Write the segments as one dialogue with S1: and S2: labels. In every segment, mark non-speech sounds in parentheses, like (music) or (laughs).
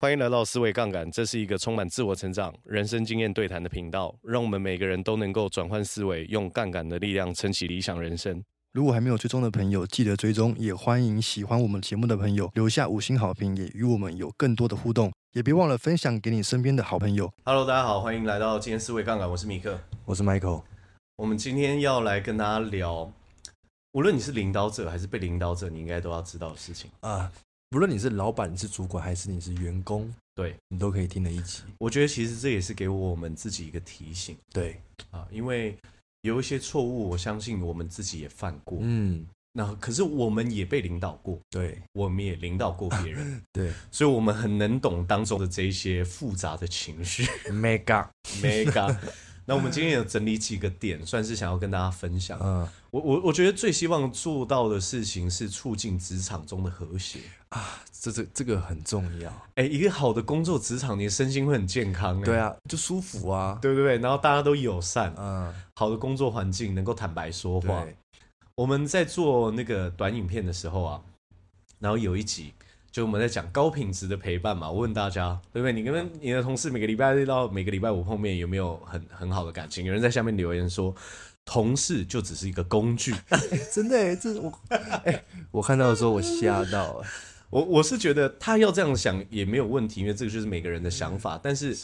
S1: 欢迎来到思维杠杆，这是一个充满自我成长、人生经验对谈的频道，让我们每个人都能够转换思维，用杠杆的力量撑起理想人生。
S2: 如果还没有追踪的朋友，记得追踪，也欢迎喜欢我们节目的朋友留下五星好评，也与我们有更多的互动，也别忘了分享给你身边的好朋友。
S1: Hello，大家好，欢迎来到今天思维杠杆，我是米克。
S2: 我是 Michael，
S1: 我们今天要来跟大家聊，无论你是领导者还是被领导者，你应该都要知道的事情。
S2: 啊，不论你是老板、你是主管，还是你是员工，
S1: 对
S2: 你都可以听的一集。
S1: 我觉得其实这也是给我们自己一个提醒
S2: 对，
S1: 啊，因为有一些错误，我相信我们自己也犯过。
S2: 嗯，
S1: 那可是我们也被领导过，
S2: 对
S1: 我们也领导过别人。
S2: 对
S1: 所以我们很能懂当中的这一些复杂的情绪
S2: (laughs) ，mega，
S1: ，mega。那我们今天有整理几个点，算是想要跟大家分享。
S2: 嗯
S1: 我我我觉得最希望做到的事情是促进职场中的和谐。
S2: 啊，这这这个很重要。
S1: 哎，一个好的工作职场，你的身心会很健康。哎
S2: 对，啊，就舒服啊。
S1: 对对对，然后大家都友善，
S2: 嗯，
S1: 好的工作环境能够坦白说话。
S2: 对，
S1: 我们在做那个短影片的时候啊，然后有一集就我们在讲高品质的陪伴嘛，我问大家，对不对？你跟你的同事每个礼拜六到每个礼拜五碰面，有没有很很好的感情？有人在下面留言说，同事就只是一个工具。 (laughs)
S2: 真的耶，这我，哎、我看到的时候我吓到了。
S1: 我我是觉得他要这样想也没有问题，因为这个就是每个人的想法。但是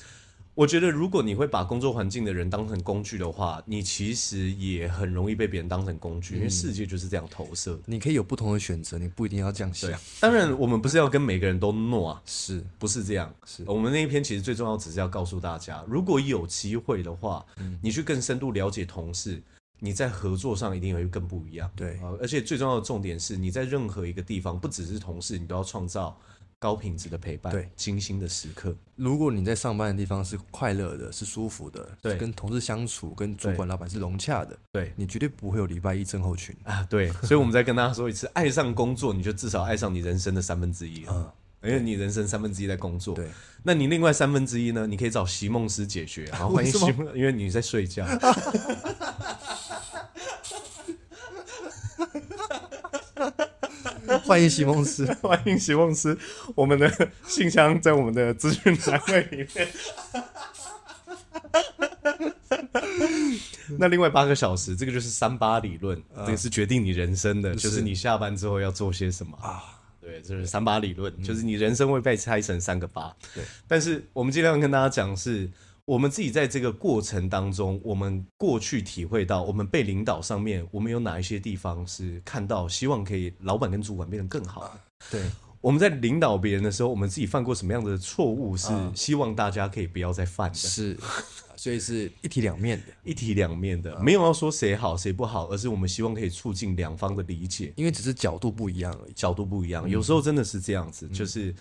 S1: 我觉得，如果你会把工作环境的人当成工具的话，你其实也很容易被别人当成工具，因为世界就是这样投射的。
S2: 你可以有不同的选择，你不一定要这样想
S1: 对。，啊当然我们不是要跟每个人都诺啊，
S2: 是，
S1: 不是这样，
S2: 是
S1: 我们那一篇其实最重要，只是要告诉大家，如果有机会的话，
S2: 嗯
S1: 你去更深度了解同事，你在合作上一定会更不一样。
S2: 对
S1: 呃而且最重要的重点是，你在任何一个地方，不只是同事，你都要创造高品质的陪伴，
S2: 对，
S1: 精心的时刻。
S2: 如果你在上班的地方是快乐的，是舒服的，
S1: 对
S2: 是跟同事相处、跟主
S1: 对
S2: 管、老板是融洽的，
S1: 对
S2: 你绝对不会有礼拜一症候群。
S1: 啊，对， (laughs) 所以我们再跟大家说一次，爱上工作，你就至少爱上你人生的三分之一了。
S2: 嗯，
S1: 因为你人生三分之一在工作，
S2: 对， (laughs)
S1: 那你另外三分之一呢？你可以找席梦思解决，然后欢迎
S2: (laughs) 为什么
S1: 席梦，因为你在睡觉。
S2: 欢迎席梦思。
S1: (laughs) 欢迎席梦思，我们的信箱在我们的资讯栏位里面。 (laughs) 那另外八个小时，这个就是三八理论，这个是决定你人生的，啊就是你下班之后要做些什么啊。嗯对，这是三八理论，就是你人生会被拆成三个八。
S2: 对，
S1: 但是我们尽量跟大家讲是。我们自己在这个过程当中，我们过去体会到，我们被领导上面，我们有哪一些地方是看到，希望可以老板跟主管变得更好的
S2: (laughs) 对，
S1: 我们在领导别人的时候，我们自己犯过什么样的错误，是希望大家可以不要再犯的，
S2: 嗯是，所以是一体两面的。
S1: 一体两面的，
S2: 嗯
S1: 没有要说谁好谁不好，而是我们希望可以促进两方的理解，
S2: 因为只是角度不一样而已。
S1: 角度不一
S2: 嗯
S1: 样，有时候真的是这样子，就是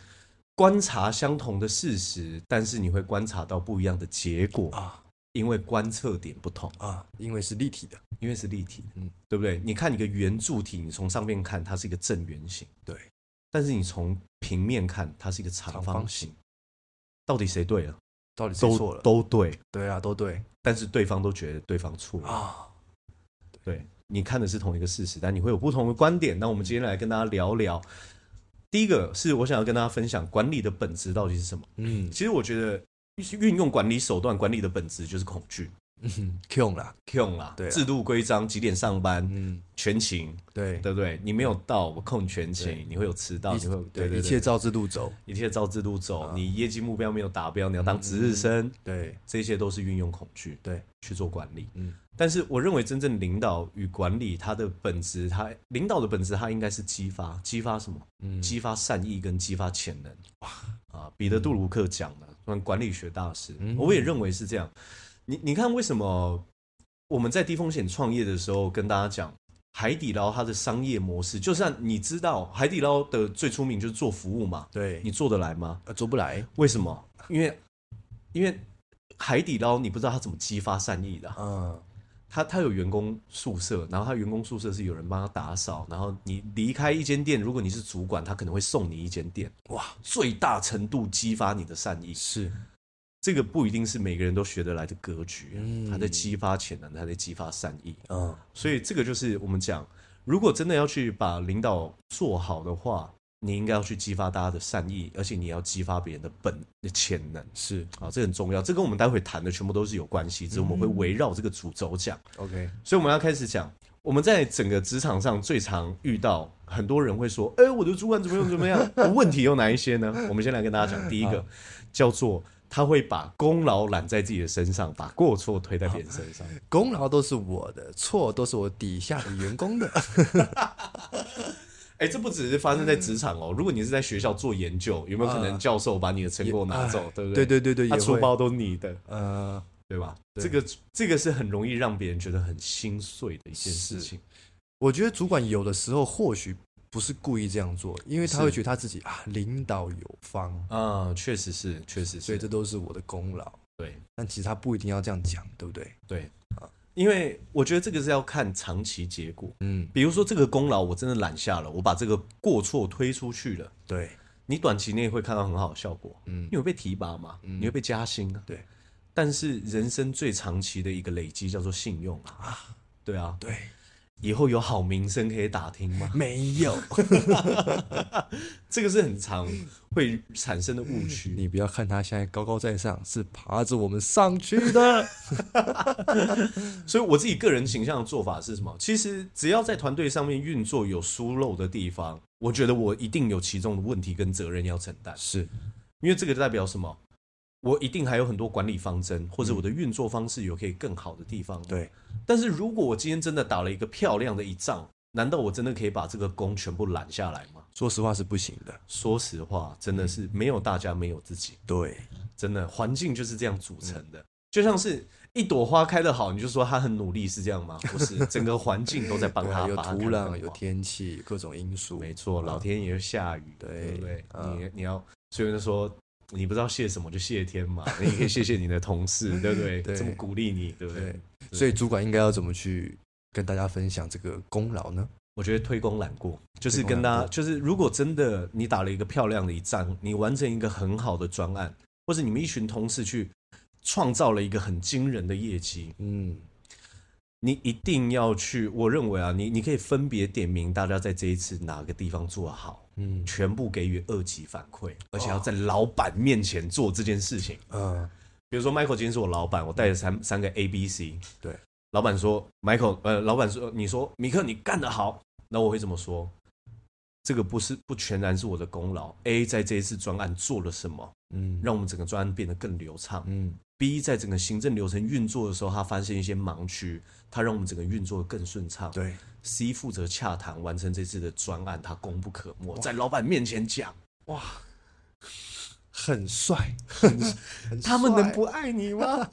S1: 观察相同的事实，但是你会观察到不一样的结果
S2: 啊
S1: 因为观测点不同，
S2: 啊，因为是立体的，
S1: 因为是立体的，
S2: 嗯
S1: 对不对？你看一个圆柱体，你从上面看它是一个正圆形，
S2: 对，
S1: 但是你从平面看它是一个长
S2: 长
S1: 方
S2: 方
S1: 形
S2: 形，
S1: 到底谁对了？
S2: 到底谁
S1: 都
S2: 错了？
S1: 都对，
S2: 对啊，都对
S1: 但是对方都觉得对方错了。
S2: 啊，
S1: 对，你看的是同一个事实，但你会有不同的观点。那我们今天来跟大家聊聊，第一个是我想要跟大家分享管理的本质到底是什么。
S2: 嗯
S1: 其实我觉得运用管理手段，管理的本质就是恐惧。
S2: 嗯，Q 啦，
S1: 用啦，
S2: 对啊
S1: 制度规章几点上班，
S2: 嗯，
S1: 全勤，
S2: 对，
S1: 对不对？你没有到，我扣你全勤，你会有迟到，
S2: 一
S1: 你会有对对对
S2: 一切啊照制度走，
S1: 一切照制度走，你业绩目标没有达标，你要
S2: 嗯
S1: 当值日生，
S2: 对
S1: 这些都是运用恐惧。
S2: 对，
S1: 去做管理。嗯
S2: 嗯，
S1: 但是我认为真正领导与管理，它的本质，它领导的本质，它应该是激发，激发什么？嗯，激发善意跟激发潜能。哇啊，彼得·杜鲁克讲的，算管理学大师，我也认为是这样。你你看，为什么我们在低风险创业的时候跟大家讲？海底捞它的商业模式，就算你知道海底捞的最出名就是做服务嘛，
S2: 对
S1: 你，做得来吗？
S2: 呃，做不来，
S1: 为什么？因为因为海底捞你不知道它怎么激发善意的啊、
S2: 嗯，
S1: 他他有员工宿舍，然后他员工宿舍是有人帮他打扫，然后你离开一间店，如果你是主管，他可能会送你一间店，
S2: 哇，
S1: 最大程度激发你的善意。
S2: 是，
S1: 这个不一定是每个人都学得来的格局，啊
S2: 嗯
S1: 他在激发潜能，他在激发善意，
S2: 嗯，
S1: 所以这个就是我们讲，如果真的要去把领导做好的话，你应该要去激发大家的善意，而且你也要激发别人的本的潜能
S2: 是
S1: 啊，这很重要。这跟我们待会谈的全部都是有关系，只是我们会
S2: 嗯
S1: 围绕这个主轴讲。
S2: OK，
S1: 所以我们要开始讲，我们在整个职场上最常遇到很多人会说：“哎、我的主管怎么样怎么
S2: (laughs)
S1: 样？”问题有哪一些呢？我们先来跟大家讲，第一个叫做他会把功劳揽在自己的身上，把过错推在别人身上。
S2: 功劳都是我的，错都是我底下的员工的。
S1: 哎、这不只是发生在职场哦，如果你是在学校做研究，有没有可能教授把你的成果拿走，对不
S2: (laughs) 啊
S1: 对？
S2: 对对对对，
S1: 他
S2: 也
S1: 出
S2: 会
S1: 包都是你的，
S2: 呃，
S1: 对吧？
S2: 对
S1: 这个这个是很容易让别人觉得很心碎的一件事
S2: 是
S1: 情。
S2: 我觉得主管有的时候或许不是故意这样做，因为他
S1: 是
S2: 会觉得他自己啊领导有方，
S1: 啊、确实是，确实
S2: 所
S1: 是，
S2: 以这都是我的功劳。
S1: 对。
S2: 但其实他不一定要这样讲，对不对？
S1: 对，啊因为我觉得这个是要看长期结果。
S2: 嗯，
S1: 比如说这个功劳我真的揽下了，我把这个过错推出去了，
S2: 对，
S1: 你短期内会看到很好的效果，
S2: 嗯
S1: 你会被提拔嘛，你会被加薪啊。
S2: 对，
S1: 但是人生最长期的一个累积叫做信用啊。对啊，
S2: 对，
S1: 以后有好名声可以打听吗？
S2: 没有，
S1: 这个是很常会产生的误区。
S2: (laughs) 你不要看他现在高高在上，是爬着我们上去的。
S1: 所以我自己个人形象的做法是什么？其实只要在团队上面运作有疏漏的地方，我觉得我一定有其中的问题跟责任要承担，
S2: (laughs) 是，
S1: 因为这个代表什么？我一定还有很多管理方针，或者我的运作方式有可以更好的地方。，
S2: 嗯对，
S1: 但是如果我今天真的打了一个漂亮的一仗，难道我真的可以把这个功全部揽下来吗？
S2: 说实话是不行的。
S1: 说实话，真的是没有大家，没有自己。
S2: 对，
S1: 真的环境就是这样组成的，就像是一朵花开得好，你就说它很努力，是这样
S2: (laughs)
S1: 吗？不是，整个环境都在帮
S2: 对
S1: 它
S2: 啊，有
S1: 把它
S2: 土
S1: 开得
S2: 壤，
S1: 更
S2: 有
S1: 好，
S2: 天气，有各种因素。
S1: 没错，老天爷下雨，
S2: 对
S1: 对不对？
S2: 嗯
S1: 你你要，所以就说你不知道谢什么就谢天
S2: (laughs)
S1: 嘛，你也可以谢谢你的同事，对不对？
S2: 对
S1: 这么鼓励你，对不对？
S2: 对，所以主管应该要怎么去跟大家分享这个功劳呢？
S1: 我觉得推功揽过，就是
S2: 推功
S1: 跟
S2: 揽
S1: 大
S2: 过
S1: 家，就是如果真的你打了一个漂亮的一仗，你完成一个很好的专案，或者你们一群同事去创造了一个很惊人的业绩，
S2: 嗯，
S1: 你一定要去，我认为啊，你你可以分别点名大家在这一次哪个地方做得好，
S2: 嗯
S1: 全部给予二级反馈，而且要在老板面前做这件事情。
S2: 呃，
S1: 比如说，Michael 今天是我老板，我带了三三个 A、B、C，
S2: 对，
S1: 老板说，Michael，呃，老板说，你说米克你干得好，那我会这么说，这个不是不全然是我的功劳，A 在这一次专案做了什么，
S2: 嗯，
S1: 让我们整个专案变得更流畅，
S2: 嗯
S1: B 在整个行政流程运作的时候，他发现一些盲区，他让我们整个运作得更顺畅。
S2: 对，
S1: C 负责洽谈完成这次的专案，他功不可没，在老板面前讲，
S2: 很 (laughs) 帅，很
S1: 他们能
S2: 帅
S1: 不爱你吗？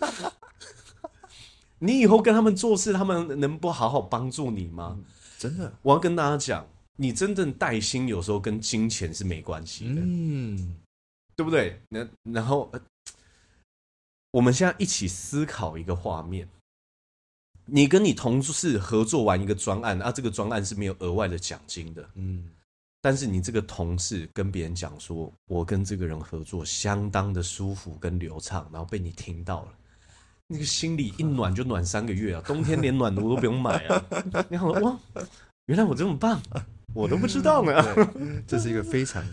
S1: (laughs) 你以后跟他们做事，他们能不好好帮助你吗？
S2: 真的？
S1: 我要跟大家讲，你真正带薪有时候跟金钱是没关系的，
S2: 嗯，
S1: 对不对？那然后、呃我们现在一起思考一个画面：你跟你同事合作完一个专案，啊，这个专案是没有额外的奖金的，
S2: 嗯，
S1: 但是你这个同事跟别人讲说，我跟这个人合作相当的舒服跟流畅，然后被你听到了。那个心里一暖就暖三个月啊，冬天连暖炉都不用买啊！ (laughs) 你想说哇，原来我这么棒，我都不知道呢。
S2: (laughs) 嗯对，这是一个非常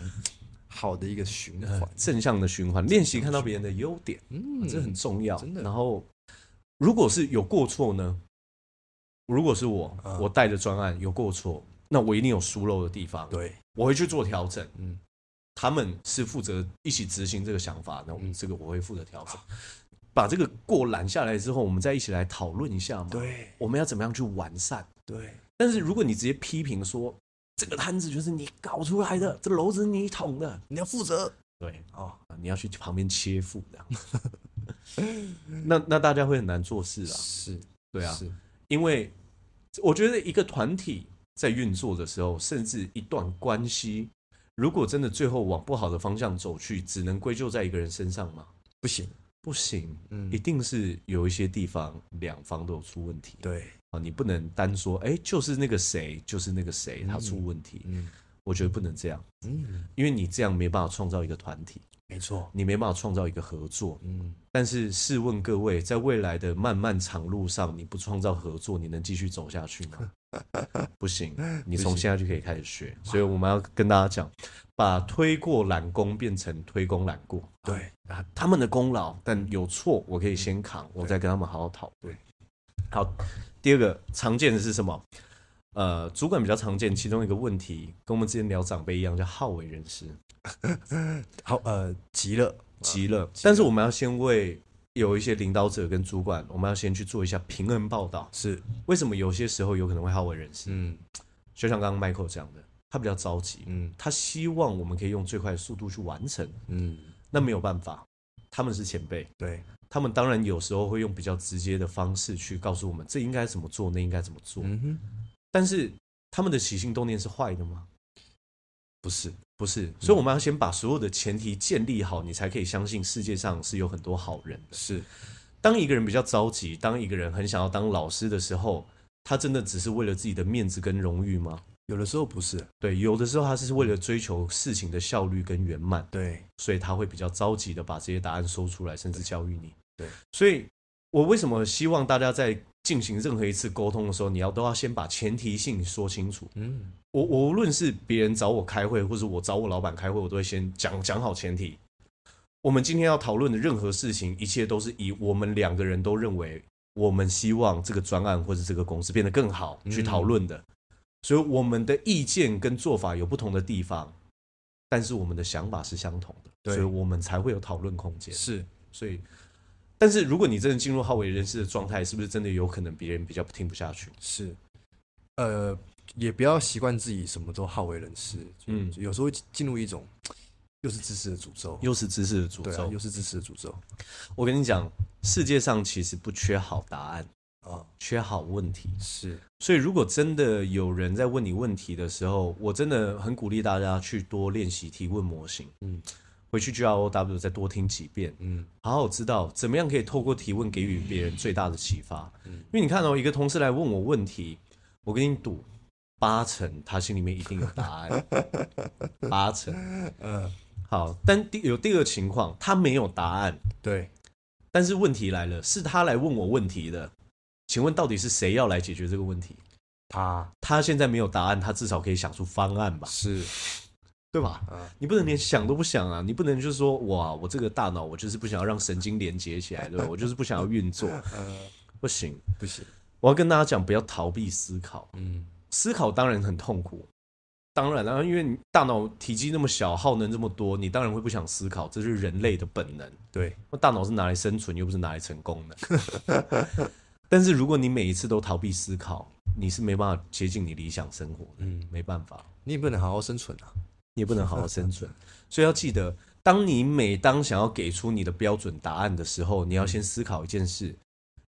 S2: 好的一个循环。
S1: (laughs) 正向的循环，练习看到别人的优点，
S2: 嗯
S1: 啊这很重要。
S2: 真的
S1: 然后，如果是有过错呢？如果是我，
S2: 啊
S1: 我带的专案有过错，那我一定有疏漏的地方，
S2: 对，
S1: 我会去做调整。
S2: 嗯，
S1: 他们是负责一起执行这个想法，那我
S2: 嗯
S1: 们这个我会负责调整。把这个过揽下来之后，我们再一起来讨论一下嘛。，
S2: 对，
S1: 我们要怎么样去完善？
S2: 对，
S1: 但是如果你直接批评说这个摊子就是你搞出来的，这篓子你捅的，
S2: 你要负责
S1: 对，
S2: 哦，
S1: 啊你要去旁边切腹这样子， (laughs) 那那大家会很难做事啊。
S2: 是，
S1: 对啊，
S2: 是，
S1: 因为我觉得一个团体在运作的时候，甚至一段关系，如果真的最后往不好的方向走去，只能归咎在一个人身上吗？
S2: 不行，
S1: 不行，
S2: 嗯
S1: 一，定是有一些地方两方都有出问题
S2: 对，
S1: 啊！你不能单说，哎，就是那个谁，就是那个谁他出问题，
S2: 嗯
S1: 我觉得不能这样，
S2: 嗯，
S1: 因为你这样没办法创造一个团体，
S2: 没错，
S1: 你没办法创造一个合作。
S2: 嗯，
S1: 但是 (laughs) 试问各位，在未来的漫漫长路上，你不创造合作，你能继续走下去吗？不行，你从现在就可以开始学。所以我们要跟大家讲，把推过揽功变成推功揽过。
S2: 对
S1: 啊，他们的功劳，
S2: 嗯
S1: 但有错我可以先扛，我再跟他们好好讨论。好，第二个常见的是什么？呃，主管比较常见，其中一个问题跟我们之前聊长辈一样，叫好为人师，
S2: (laughs) 好，呃，急了，
S1: 急了。但是我们要先为有一些领导者跟主管，我们要先去做一下平衡报道。
S2: 是，
S1: 为什么有些时候有可能会好为人师？
S2: 嗯
S1: 就像刚刚 Michael 讲的，他比较着急，
S2: 嗯
S1: 他希望我们可以用最快的速度去完成，
S2: 嗯，
S1: 那没有办法，他们是前辈，
S2: 对，
S1: 他们当然有时候会用比较直接的方式去告诉我们这应该怎么做，那应该怎么做。
S2: 嗯哼，
S1: 但是他们的起心动念是坏的吗？
S2: 不是，嗯
S1: 不是，所以我们要先把所有的前提建立好，你才可以相信世界上是有很多好人的。
S2: 是，
S1: 当一个人比较着急，当一个人很想要当老师的时候，他真的只是为了自己的面子跟荣誉吗？
S2: 有的时候不是，
S1: 对，有的时候他是为了追求事情的效率跟圆满，
S2: 对，
S1: 所以他会比较着急的把这些答案说出来，甚至教育你。
S2: 对，
S1: 所以我为什么希望大家在进行任何一次沟通的时候，你要都要先把前提性说清楚。
S2: 嗯，
S1: 我我无论是别人找我开会，或者我找我老板开会，我都会先讲讲好前提。我们今天要讨论的任何事情，一切都是以我们两个人都认为我们希望这个专案或者这个公司变得更好
S2: 嗯
S1: 去讨论的。所以我们的意见跟做法有不同的地方，但是我们的想法是相同的，
S2: 对
S1: 所以我们才会有讨论空间。
S2: 是，
S1: 所以，但是如果你真的进入好为人师的状态，是不是真的有可能别人比较听不下去？
S2: 是，呃，也不要习惯自己什么都好为人师，嗯
S1: 嗯，
S2: 有时候会进入一种又是自私的诅咒，
S1: 又是知识的诅
S2: 对啊
S1: 咒，，
S2: 又是自私的诅咒
S1: 我跟你讲，世界上其实不缺好答案，
S2: 啊，
S1: 缺好问题。
S2: 是，
S1: 所以，如果真的有人在问你问题的时候，我真的很鼓励大家去多练习提问模型。
S2: 嗯
S1: 嗯，回去 G R O W 再多听几遍，
S2: 嗯，
S1: 好好知道怎么样可以透过提问给予别人最大的启发。因为你看哦，一个同事来问我问题，我跟你赌，八成他心里面一定有答案，八成。
S2: 呃，
S1: 好，但第有第二个情况，他没有答案，
S2: 对，
S1: 但是问题来了，是他来问我问题的，请问到底是谁要来解决这个问题？
S2: 他
S1: 他现在没有答案，他至少可以想出方案吧，
S2: 是，
S1: 对吧？
S2: 啊
S1: 你不能连想都不想啊！你不能就是说，哇，我这个大脑，我就是不想要让神经连接起来，对吧？我就是不想要运作，
S2: 呃，
S1: 不行。
S2: 不行，
S1: 我要跟大家讲，不要逃避思考，
S2: 嗯，
S1: 思考当然很痛苦，当然啊啦、因为你大脑体积那么小，耗能这么多，你当然会不想思考，这是人类的本能。
S2: 对，
S1: 那大脑是拿来生存，又不是拿来成功的。 (laughs) 但是如果你每一次都逃避思考，你是没办法接近你理想生活的，
S2: 嗯
S1: 没办法，
S2: 你也不能好好生存啊，
S1: 也不能好好生存。所以要记得，当你每当想要给出你的标准答案的时候，你要先思考一件事：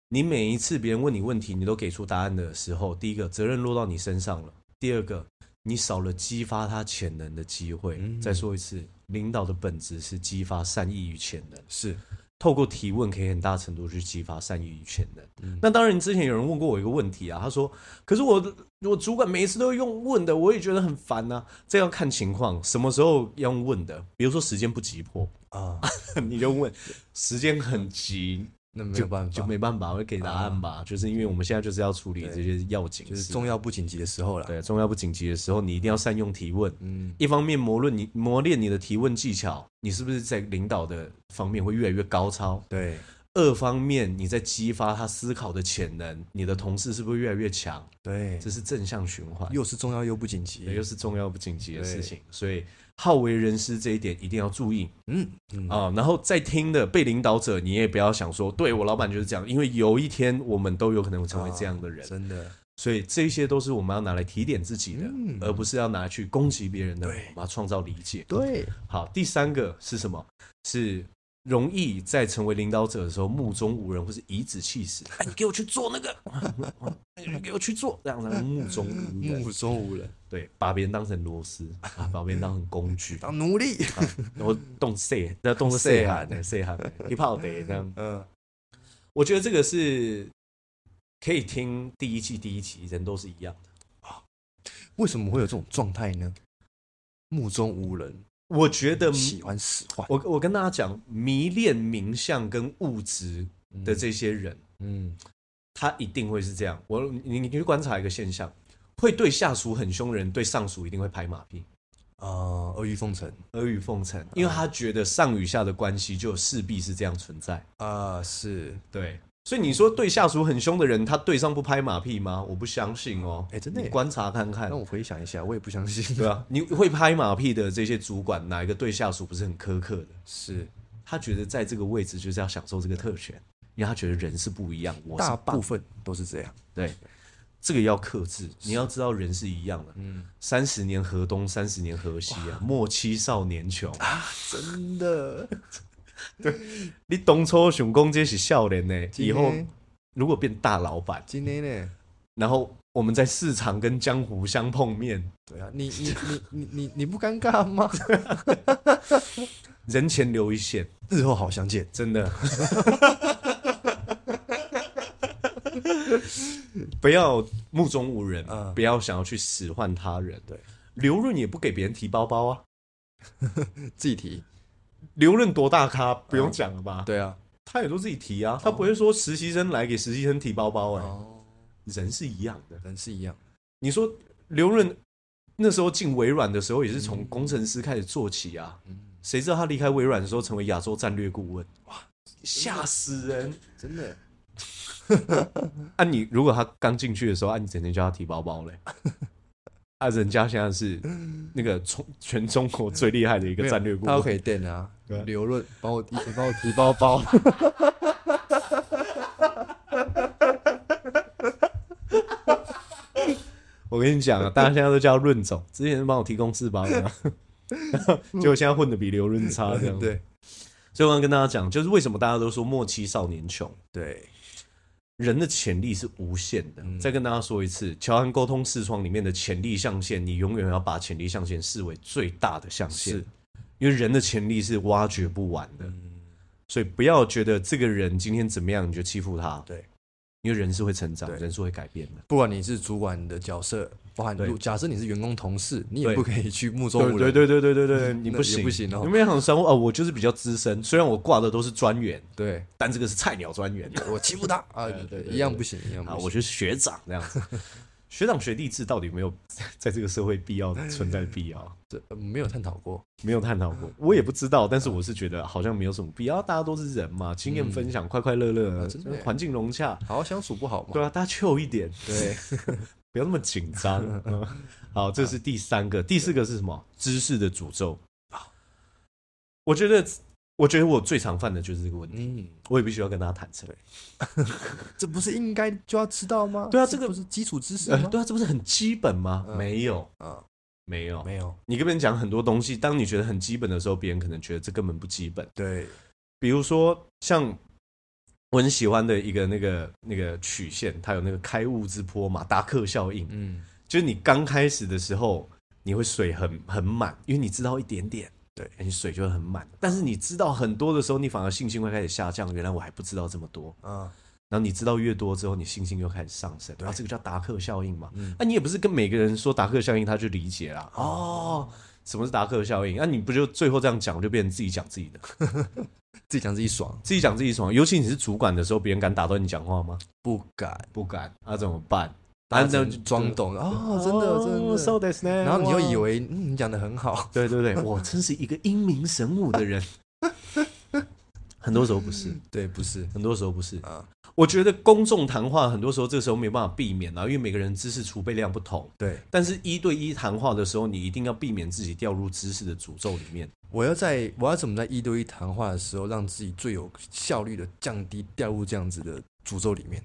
S1: 你每一次别人问你问题，你都给出答案的时候，第一个责任落到你身上了；第二个，你少了激发他潜能的机会。
S2: 嗯
S1: 再说一次，领导的本质是激发善意与潜能。
S2: 是，
S1: 透过提问可以很大程度去激发善意与潜能。
S2: 嗯
S1: 那当然，之前有人问过我一个问题啊，他说：“可是我我主管每一次都用问的，我也觉得很烦呐、这要看情况，什么时候要用问的？比如说时间不急迫，
S2: (laughs)
S1: (laughs)
S2: 啊，
S1: 你就问；时间很急，
S2: 那没有办法，
S1: 就没办法，会给答案吧。就是因为我们现在就是要处理这些要紧
S2: 啊就
S1: 事，
S2: 是重要不紧急的时候了，
S1: 对重要不紧急的时候，你一定要善用提问。
S2: 嗯，
S1: 一方面磨练你磨练你的提问技巧，你是不是在领导的方面会越来越高超？
S2: 对，
S1: 二方面，你在激发他思考的潜能，你的同事是不是越来越强？
S2: 对，
S1: 这是正向循环，
S2: 又是重要又不紧急
S1: 对，又是重要不紧急的
S2: 对
S1: 事情，所以好为人师这一点一定要注意
S2: 嗯嗯，
S1: 啊、然后在听的被领导者，你也不要想说，对我老板就是这样，因为有一天我们都有可能会成为这样的人，
S2: 真的，
S1: 所以这些都是我们要拿来提点自己的，
S2: 嗯
S1: 而不是要拿来去攻击别人的，
S2: 对
S1: 我们要创造理解。
S2: 对，
S1: 好，第三个是什么？是容易在成为领导者的时候目中无人，或是颐指气使。哎，你给我去做那个， (laughs) 哎你给我去做，这样让目中无人。
S2: 目中无人，
S1: 对，把别人当成螺
S2: (laughs)
S1: 丝，啊把别人当成工具，
S2: 当
S1: (laughs)
S2: 奴隶，
S1: 然后动谁，那动谁喊
S2: (laughs)
S1: 的，谁喊的，一炮得这样。
S2: 嗯，
S1: 我觉得这个是可以听第一季第一集，人都是一样的。
S2: 为什么会有这种状态呢？目中无人，
S1: 我觉得
S2: 喜欢使唤，
S1: 我我跟大家讲，迷恋名相跟物质的这些人，
S2: 嗯
S1: 他一定会是这样。我你你去观察一个现象，会对下属很凶的人，对上属一定会拍马屁，
S2: 呃，阿谀奉承，
S1: 阿谀奉承，因
S2: 嗯
S1: 为他觉得上与下的关系就势必是这样存在。
S2: 啊，是，
S1: 对，所以你说对下属很凶的人，他对上不拍马屁吗？我不相信哦。
S2: 哎真的耶
S1: 你观察看看
S2: 让。我回想一下，我也不相信，
S1: 对啊，你会拍马屁的这些主管，哪一个对下属不是很苛刻的？
S2: 是
S1: 他觉得在这个位置就是要享受这个特权，因为他觉得人是不一样，我是
S2: (laughs) 大
S1: 棒
S2: 部分都是这样，
S1: 对，这个要克制。你要知道，人是一样的。嗯，三十年河东，三十年河西啊，莫欺少年穷。
S2: 啊真
S1: (laughs)
S2: 的，
S1: 你当初想讲这是笑脸呢，
S2: 今
S1: 以后
S2: 天
S1: 如果变大老板，
S2: 今天呢？
S1: 然后我们在市场跟江湖相碰面，
S2: 对啊，你你你你你你不尴尬吗？
S1: 人前留一线，
S2: (laughs) 日后好相见，
S1: 真的。 (laughs) 不要目中无人，
S2: 嗯
S1: 不要想要去使唤他人。
S2: 对，
S1: 刘润也不给别人提包包啊。
S2: 自己提，
S1: 刘润多大咖，不用讲了吧？
S2: 对啊，
S1: 他也都自己提啊，他不会说实习生来给实习生提包包哎、
S2: 哦，
S1: 人是一样的。
S2: 人是一样，
S1: 你说刘润那时候进微软的时候，也是从工程师开始做起啊，
S2: 嗯，
S1: 谁知道他离开微软的时候成为亚洲战略顾问？哇，吓死人！
S2: 真的，
S1: 啊，你如果他刚进去的时候，啊，你整天叫他提包包嘞，
S2: (laughs)
S1: 啊，人家现在是那个中全中国最厉害的一个战略顾
S2: 他
S1: 问
S2: 都可，以垫啊
S1: 对啊，
S2: 刘润帮 (laughs) 我提，帮我提包包，
S1: 我跟你讲
S2: (laughs)
S1: 啊，大家现在都叫润总，之前是帮我提供自包的啊，结果现在混的比刘润差，这样。
S2: 对
S1: 所以我要跟大家讲，就是为什么大家都说莫欺少年穷，
S2: (laughs) 对，
S1: 人的潜力是无限的。
S2: 嗯
S1: 再跟大家说一次，乔安沟通视窗里面的潜力象限，你永远要把潜力象限视为最大的象限
S2: 是，嗯
S1: 因为人的潜力是挖掘不完的。所以不要觉得这个人今天怎么样你就欺负他，
S2: 对，
S1: 因为人是会成长，
S2: 对
S1: 人是会改变的。
S2: 不管你是主管的角色，包含
S1: 对
S2: 如假设你是员工同事，你也
S1: 对
S2: 不可以去目中无人，
S1: 对对对对对对对，你
S2: (laughs) 那
S1: 不行
S2: 也不行哦
S1: 有没有想说哦，我就是比较资深，虽然我挂的都是专员，
S2: 对
S1: 但这个是菜鸟专
S2: (laughs)
S1: 员。
S2: 我欺负他啊，
S1: 对对
S2: 对，
S1: 对
S2: 一样不行，一样
S1: 啊，
S2: 不
S1: 我
S2: 行。
S1: 就是学长这样子。 (laughs) 学长学弟制到底有没有在这个社会必要存在的必要？
S2: 这呃没有探讨过，
S1: 没有探讨过，我也不知道。但是我是觉得好像没有什么必要，大家都是人嘛，经验分享，快快乐乐，
S2: 啊真的耶
S1: 环境融洽，
S2: 好好相处不好吗？
S1: 对啊，大家 chill 一点， (laughs)
S2: 对，
S1: 不要那么紧
S2: (laughs)
S1: 张。嗯好，这是第三个，第四个是什么？知识的诅咒。我觉得，我觉得我最常犯的就是这个问题，
S2: 嗯，
S1: 我也必须要跟大家坦诚。
S2: 这不是应该就要知道吗？
S1: 对啊这个
S2: 不是基础知识
S1: 呃，
S2: 吗？
S1: 对啊，这不是很基本吗？
S2: 嗯
S1: 没有，
S2: 啊，
S1: 没有，
S2: 没有，
S1: 你跟别人讲很多东西，当你觉得很基本的时候，别人可能觉得这根本不基本。
S2: 对，
S1: 比如说，像我很喜欢的一个那个那个曲线，它有那个开悟之坡嘛，达克效应，
S2: 嗯，
S1: 就是你刚开始的时候，你会水很很满，因为你知道一点点，
S2: 对
S1: 你水就会很满。但是你知道很多的时候，你反而信心会开始下降。原来我还不知道这么多，
S2: 啊，
S1: 然后你知道越多之后，你信心就开始上升，然后这个叫达克效应嘛。那、啊
S2: 嗯
S1: 你也不是跟每个人说达克效应，他就理解啦。哦，什么是达克效应？那、你不就最后这样讲，就变成自己讲自己
S2: 嗯
S1: 的，
S2: 自己讲自己爽，
S1: 自己讲自己爽。尤其你是主管的时候，别人敢打断你讲话吗？
S2: 不敢，
S1: 不敢，那、怎么办？哦
S2: 然
S1: 然
S2: 后
S1: 后
S2: 就装懂啊，真的真的
S1: ，so t h a s
S2: 然后你
S1: 啊
S2: 又以为嗯你讲的很
S1: (laughs)
S2: 好，
S1: 对对对，
S2: (laughs)
S1: 我真是一个英明神武的人。很多时候不是，
S2: 对，不
S1: (laughs)
S2: 是
S1: 很多时候不是。
S2: 嗯啊，
S1: 我觉得公众谈话很多时候这个时候没有办法避免啊，因为每个人知识储备量不同。
S2: 对，
S1: 但是，一对一谈话的时候，你一定要避免自己掉入知识的诅咒里面。
S2: 我要在我要怎么在一对一谈话的时候，让自己最有效率的降低掉入这样子的诅咒里面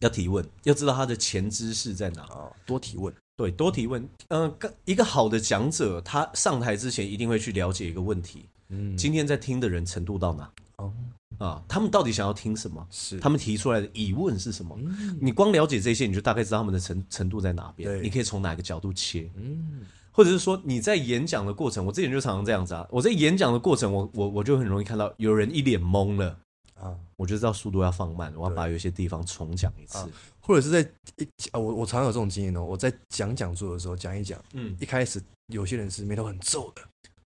S1: 要提问，要知道他的前知识在哪。
S2: 啊？多提问，
S1: 对，多提问。嗯、呃，一个好的讲者，他上台之前一定会去了解一个问题：
S2: 嗯，
S1: 今天在听的人程度到哪？
S2: 哦，
S1: 啊，他们到底想要听什么？
S2: 是
S1: 他们提出来的疑问是什么？
S2: 嗯
S1: 你光了解这些，你就大概知道他们的程程度在哪边，
S2: 对
S1: 你可以从哪个角度切，
S2: 嗯，
S1: 或者是说你在演讲的过程，我之前就常常这样子啊，我在演讲的过程，我我我就很容易看到有人一脸懵了，
S2: 啊，
S1: 我就知道速度要放慢，我要
S2: 对
S1: 把有一些地方重讲一次
S2: 啊，或者是在一啊，我我常有这种经验哦，我在讲讲座的时候讲一讲，
S1: 嗯，
S2: 一开始有些人是眉头很皱的，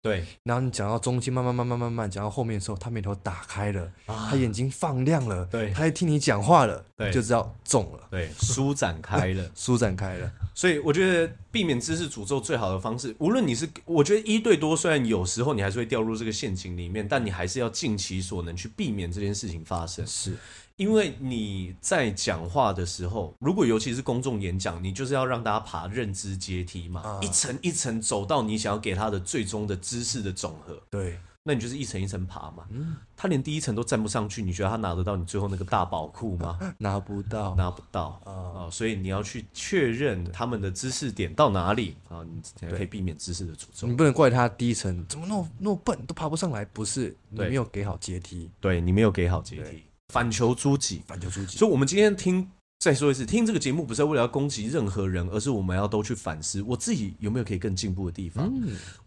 S1: 对
S2: 然后你讲到中间，慢慢慢慢慢慢讲到后面的时候，他眉头打开了，
S1: 啊
S2: 他眼睛放亮了，
S1: 对
S2: 他在听你讲话了，
S1: 对
S2: 你就知道中了，
S1: 对舒展开了。 (laughs)
S2: 舒展开了，
S1: 所以我觉得避免知识诅咒最好的方式，无论你是我觉得一对多，虽然有时候你还是会掉入这个陷阱里面，但你还是要尽其所能去避免这件事情发生。
S2: 是
S1: 因为你在讲话的时候，如果尤其是公众演讲，你就是要让大家爬认知阶梯嘛，
S2: 啊
S1: 一层一层走到你想要给他的最终的知识的总和，
S2: 对，
S1: 那你就是一层一层爬嘛。
S2: 嗯
S1: 他连第一层都站不上去，你觉得他拿得到你最后那个大宝库吗？
S2: 拿不到，
S1: 拿不到啊、所以你要去确认他们的知识点到哪里啊，你才可以避免知识的诅咒
S2: 你。不能怪他第一层怎么那么那么笨，都爬不上来，不是你
S1: 对
S2: 没有给好阶梯，
S1: 对你没有给好阶梯
S2: 对，
S1: 反求诸己。
S2: 反求诸己，
S1: 所以，我们今天听再说一次，听这个节目不是为了要攻击任何人，而是我们要都去反思我自己有没有可以更进步的地方。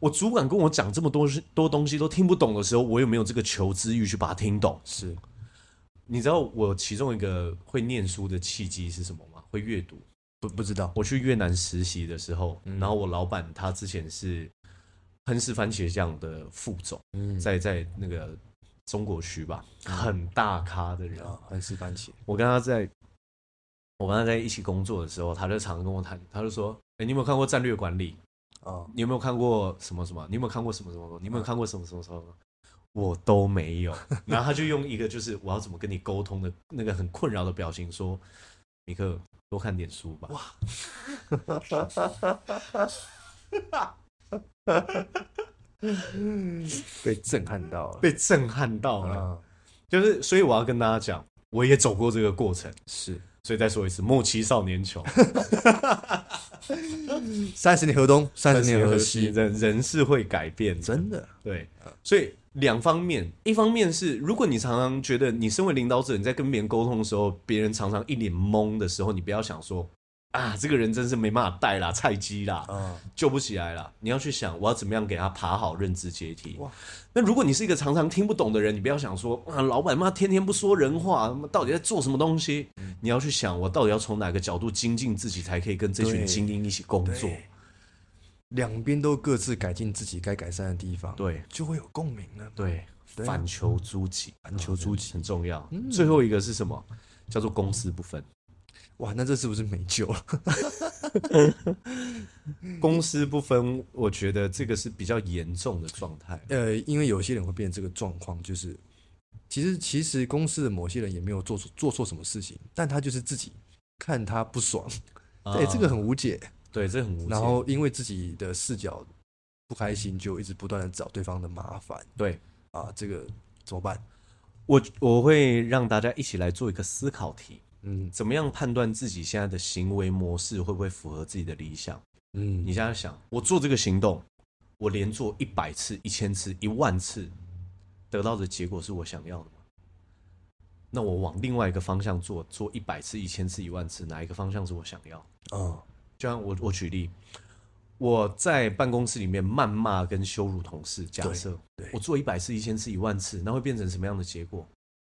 S1: 我主管跟我讲这么多事多东西都听不懂的时候，我有没有这个求知欲去把它听懂？
S2: 是
S1: 你知道我其中一个会念书的契机是什么吗？会阅读。
S2: 不不知道，
S1: 我去越南实习的时候，然后我老板他之前是亨氏番茄酱的副总，
S2: 嗯
S1: 在在那个中国区吧，很大咖的人。
S2: 啊，很是番茄，
S1: 我跟他在，我跟他在一起工作的时候，他就常跟我谈，他就说：“哎、你有没有看过战略管理？
S2: 啊，
S1: 你有没有看过什么什么？你有没有看过什么什么什么？你有没有看过什么什么什么？”我都没有。然后他就用一个就是我要怎么跟你沟通的那个很困扰的表情说：“米克，多看点书吧。”
S2: 被震撼到了，
S1: 被震撼到了。
S2: 啊，
S1: 就是，所以我要跟大家讲，我也走过这个过程。
S2: 是
S1: 所以再说一次，莫欺少年穷，
S2: 三十年河东，三十年河西，
S1: 人人是会改变的。
S2: 真的
S1: 对，
S2: 嗯
S1: 所以两方面，一方面是，如果你常常觉得你身为领导者，你在跟别人沟通的时候，别人常常一脸懵的时候，你不要想说啊，这个人真是没办法带啦，菜鸡啦，
S2: 啊，
S1: 救不起来了。你要去想，我要怎么样给他爬好认知阶梯
S2: 哇。
S1: 那如果你是一个常常听不懂的人，你不要想说啊，老板妈天天不说人话，妈到底在做什么东西？
S2: 嗯
S1: 你要去想，我到底要从哪个角度精进自己，才可以跟这群
S2: 对
S1: 精英一起工作？
S2: 对两边都各自改进自己该改善的地方，，
S1: 对
S2: 就会有共鸣了，
S1: 对，
S2: 对啊
S1: 反求诸己，嗯
S2: 反求诸己
S1: 很重要。最后一个是什么？叫做公私不分。
S2: 哇，那这是不是没救 (laughs) 了？
S1: 嗯公私不分，我觉得这个是比较严重的状态。
S2: 呃，因为有些人会变成这个状况，就是其实其实公司的某些人也没有做错做错什么事情，但他就是自己看他不爽，
S1: 啊
S2: 对，这个很无解。
S1: 对，这很无解。
S2: 然后因为自己的视角不开心，就一直不断的找对方的麻烦
S1: 对。
S2: 啊，这个怎么办？
S1: 我我会让大家一起来做一个思考题，
S2: 嗯
S1: 怎么样判断自己现在的行为模式会不会符合自己的理想？
S2: 嗯，
S1: 你现在想，我做这个行动，我连做一百次、一千次、一万次，得到的结果是我想要的吗？那我往另外一个方向做，做一百次、一千次、一万次，哪一个方向是我想要？
S2: 啊
S1: 就像我我举例，我在办公室里面谩骂跟羞辱同事，假设
S2: 对对
S1: 我做一百次、一千次、一万次，那会变成什么样的结果？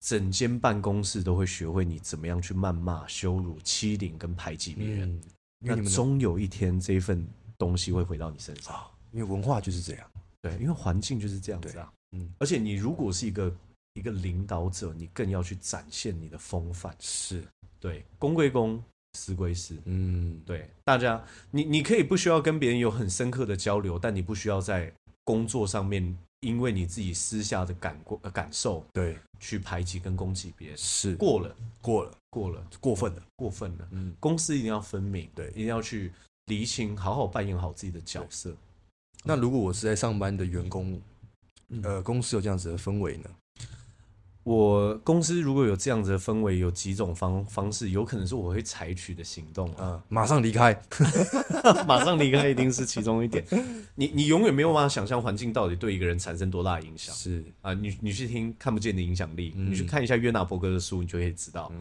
S1: 整间办公室都会学会你怎么样去谩骂、羞辱、欺凌跟排挤别人。
S2: 嗯，因为
S1: 那
S2: 你们的
S1: 终有一天，这一份东西会回到你身上。
S2: 啊，因为文化就是这样，
S1: 对，因为环境就是这样子啊。
S2: 嗯，
S1: 而且你如果是一个一个领导者，你更要去展现你的风范。
S2: 是，
S1: 对，公归公，私归私。
S2: 嗯，
S1: 对，大家，你你可以不需要跟别人有很深刻的交流，但你不需要在工作上面因为你自己私下的感过、呃、感受
S2: 对，
S1: 去排挤跟攻击别人。
S2: 是过
S1: 过了，
S2: 过了，
S1: 过了，
S2: 过分了，
S1: 过分了。
S2: 嗯，
S1: 公司一定要分明，
S2: 对
S1: 一定要去厘清，好好扮演好自己的角色。
S2: 那如果我是在上班的员工，呃，公司有这样子的氛围呢？
S1: 我公司如果有这样子的氛围，有几种方方式，有可能是我会采取的行动啊，
S2: 啊，马上离开，
S1: (laughs)
S2: (laughs)
S1: 马上离开一定是其中一点。 (laughs) 你你永远没有办法想象环境到底对一个人产生多大的影响。
S2: 是
S1: 啊，你你去听《看不见的影响力》你去看一下约纳伯格的书，你就会知道，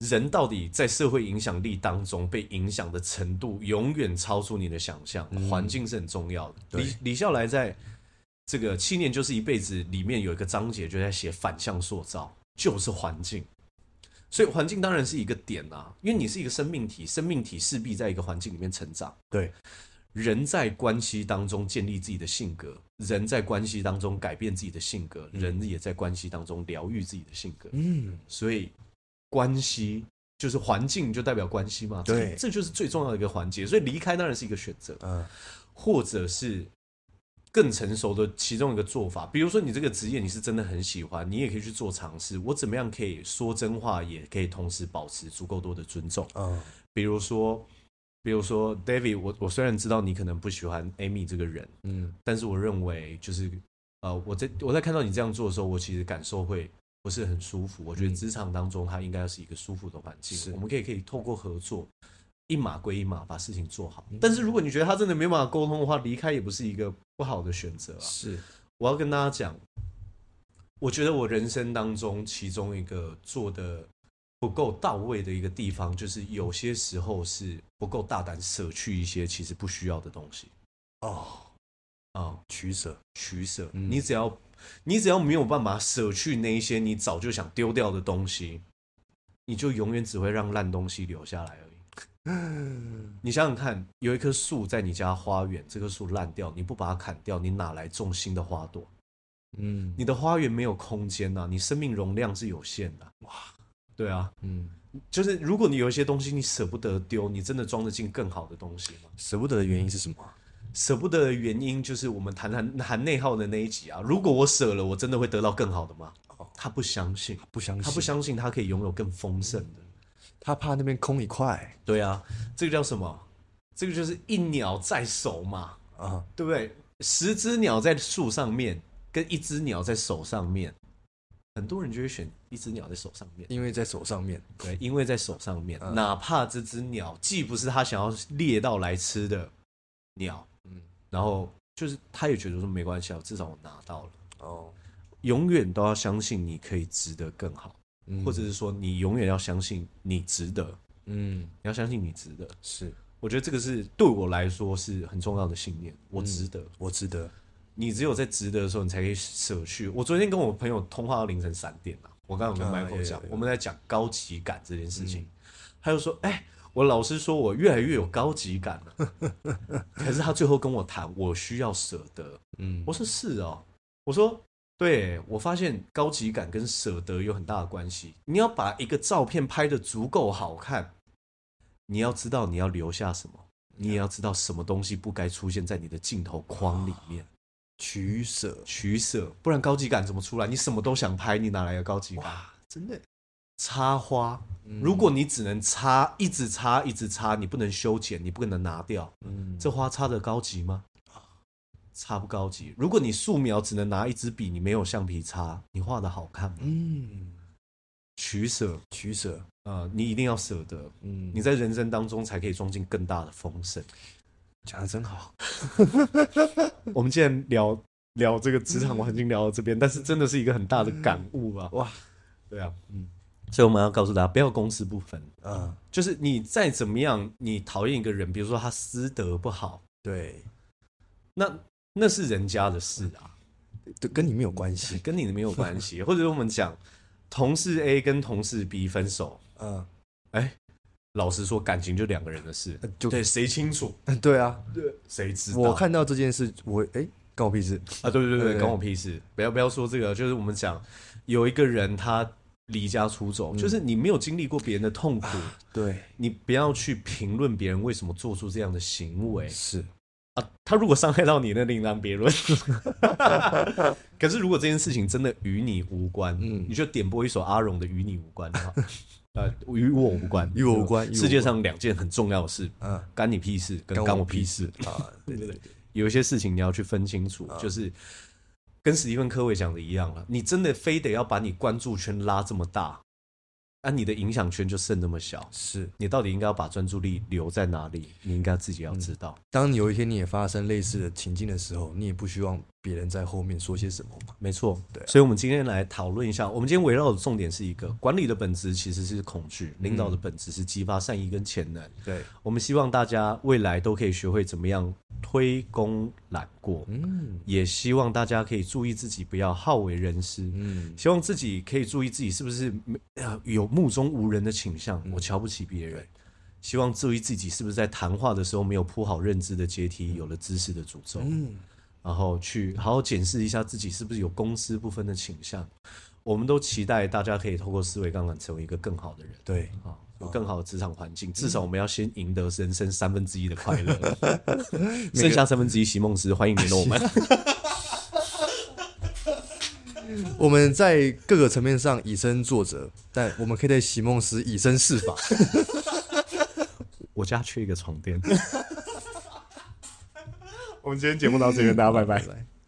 S1: 人到底在社会影响力当中被影响的程度，永远超出你的想象。环境是很重要的。
S2: 对
S1: 李李笑来在这个《七年就是一辈子》里面有一个章节就在写反向塑造，就是环境。所以环境当然是一个点啊，因为你是一个生命体，生命体势必在一个环境里面成长。
S2: 对，
S1: 人在关系当中建立自己的性格，人在关系当中改变自己的性格，人也在关系当中疗愈自己的性格。
S2: 嗯，
S1: 所以，关系就是环境，就代表关系嘛。
S2: 对
S1: 这这就是最重要的一个环节。所以离开当然是一个选择，
S2: 嗯
S1: 或者是更成熟的其中一个做法。比如说，你这个职业你是真的很喜欢，你也可以去做尝试。我怎么样可以说真话，也可以同时保持足够多的尊重。
S2: 嗯
S1: 比如说，比如说，David，我我虽然知道你可能不喜欢 Amy 这个人，
S2: 嗯
S1: 但是我认为就是呃，我在我在看到你这样做的时候，我其实感受会不是很舒服。我觉得
S2: 嗯
S1: 职场当中它应该是一个舒服的环
S2: 是
S1: 境，我们可以可以透过合作。一码归一码，把事情做
S2: 嗯
S1: 好。但是如果你觉得他真的没办法沟通的话，离开也不是一个不好的选择啊。
S2: 是
S1: 我要跟大家讲，我觉得我人生当中其中一个做的不够到位的一个地方，就是有些时候是不够大胆舍去一些其实不需要的东西
S2: 哦，
S1: 啊、
S2: 取舍
S1: 取舍。
S2: 嗯
S1: 你只要你只要没有办法舍去那一些你早就想丢掉的东西，你就永远只会让烂东西留下来而已。你想想看，有一棵树在你家花园，这棵树烂掉，你不把它砍掉，你哪来种新的花朵？
S2: 嗯
S1: 你的花园没有空间啊呐、你生命容量是有限的。哇，对啊，
S2: 嗯，
S1: 就是如果你有一些东西你舍不得丢，你真的装得进更好的东西吗？
S2: 舍不得的原因是什么？啊
S1: 舍不得的原因就是我们谈谈谈内耗的那一集啊。如果我舍了，我真的会得到更好的吗
S2: 哦？
S1: 他不相信，
S2: 不相信，嗯
S1: 他不，相信他可以拥有更丰盛的。
S2: 他怕那边空一块
S1: 对啊，这个叫什么？这个就是一鸟在手嘛，
S2: 啊，
S1: 对不对？十只鸟在树上面，跟一只鸟在手上面，很多人就会选一只鸟在手上面。
S2: 因为在手上面，
S1: 对，因为在手上面，
S2: 嗯
S1: 哪怕这只鸟既不是他想要猎到来吃的鸟，
S2: 嗯
S1: 然后就是他也觉得说没关系啊，至少我拿到了。
S2: 哦，
S1: 永远都要相信你可以值得更好，
S2: 嗯
S1: 或者是说你永远要相信你值得，你
S2: 嗯
S1: 要相信你值得。
S2: 是
S1: 我觉得这个是对我来说是很重要的信念，
S2: 嗯
S1: 我值得。
S2: 我值得，
S1: 你只有在值得的时候，你才可以舍去。我昨天跟我朋友通话到凌晨三点啊，我刚刚有跟
S2: 啊
S1: Michael
S2: 有
S1: 讲
S2: 有，有嗯
S1: 我们在讲高级感这件事情，他就说：“哎、我老师说我越来越有高级感了。” (laughs) 可是他最后跟我谈，我需要舍得。
S2: 嗯
S1: 我说：“是哦。”我说：“对，我发现高级感跟舍得有很大的关系。你要把一个照片拍得足够好看，你要知道你要留下什么，你也要知道什么东西不该出现在你的镜头框里面。”
S2: 取舍，
S1: 取舍，不然高级感怎么出来？你什么都想拍，你哪来的高级感？
S2: 哇，真的，
S1: 插花，如果你只能插，一直插，一直插，你不能修剪，你不能拿掉，
S2: 嗯
S1: 这花插的高级吗？插不高级。如果你素描只能拿一支笔，你没有橡皮擦，你画的好看吗？
S2: 嗯
S1: 取舍，
S2: 取舍，
S1: 呃，你一定要舍得，
S2: 嗯
S1: 你在人生当中才可以装进更大的丰 (laughs) 盛。
S2: 讲的真好，
S1: 我们既然聊聊这个职场环境聊到这边，但是真的是一个很大的感悟啊！
S2: 哇，
S1: 对啊，
S2: 嗯
S1: 嗯，所以我们要告诉大家，不要公私不分，
S2: 嗯，
S1: 就是你再怎么样，你讨厌一个人，比如说他私德不好，
S2: 对，
S1: 那那是人家的事啊，
S2: 对，跟你没有关系，
S1: 跟你的没有关系。或者我们讲同事 A 跟同事 B 分手，
S2: 嗯，
S1: 哎，老实说，感情就两个人的事，
S2: 呃就
S1: 对谁清楚，
S2: 对啊，
S1: 对谁知道？
S2: 我看到这件事，我哎，关我屁事，
S1: 啊，对对
S2: 对
S1: 对
S2: 对
S1: 对，关我屁事！不要不要说这个，就是我们讲有一个人他离家出
S2: 嗯
S1: 走，就是你没有经历过别人的痛苦，
S2: 啊对，
S1: 你不要去评论别人为什么做出这样的行为
S2: 是，
S1: 啊。他如果伤害到你，那另当别论。 (laughs) 可是如果这件事情真的与你无关，
S2: 嗯
S1: 你就点播一首阿荣的《与你无关》好不好 (laughs) 呃，与我无关，
S2: 与我无关与我无关
S1: 世界上两件很重要的事，
S2: 嗯
S1: 干你屁事跟干我屁事。嗯
S2: 啊，对对对，
S1: 有一些事情你要去分清楚，就是跟史蒂芬·科维讲的一样了，你真的非得要把你关注圈拉这么大，那、你的影响圈就剩那么小，
S2: 是。
S1: 你到底应该要把专注力留在哪里？你应该自己要知道。
S2: 当有一天你也发生类似的情境的时候，你也不希望别人在后面说些什么嘛。
S1: 没错，
S2: 对啊
S1: 所以，我们今天来讨论一下。我们今天围绕的重点是一个管理的本质其实是恐惧，领导的本质是激发善意跟潜能。
S2: 对，
S1: 我们希望大家未来都可以学会怎么样推功揽过，
S2: 嗯
S1: 也希望大家可以注意自己不要好为人师。
S2: 嗯，
S1: 希望自
S2: 嗯
S1: 己可以注意自己是不是没呃有目中无人的倾向，我瞧不起别人。希望注意自己是不是在谈话的时候没有铺好认知的阶梯，有了知识的诅咒，
S2: 嗯，
S1: 然后去好好检视一下自己是不是有公私不分的倾向。我们都期待大家可以透过思维杠杆成为一个更好的人。
S2: 对，
S1: 啊，有更好的职场环境，至少我们要先赢得人生三分之一的快乐， (laughs) 剩下三分之一席梦思，欢迎联络我们。 (laughs)
S2: 我们在各个层面上以身作则，但我们可以对席梦思以身试法。
S1: 我家缺一个床垫。
S3: 我们今天节目到这边，大家拜拜
S2: 拜。拜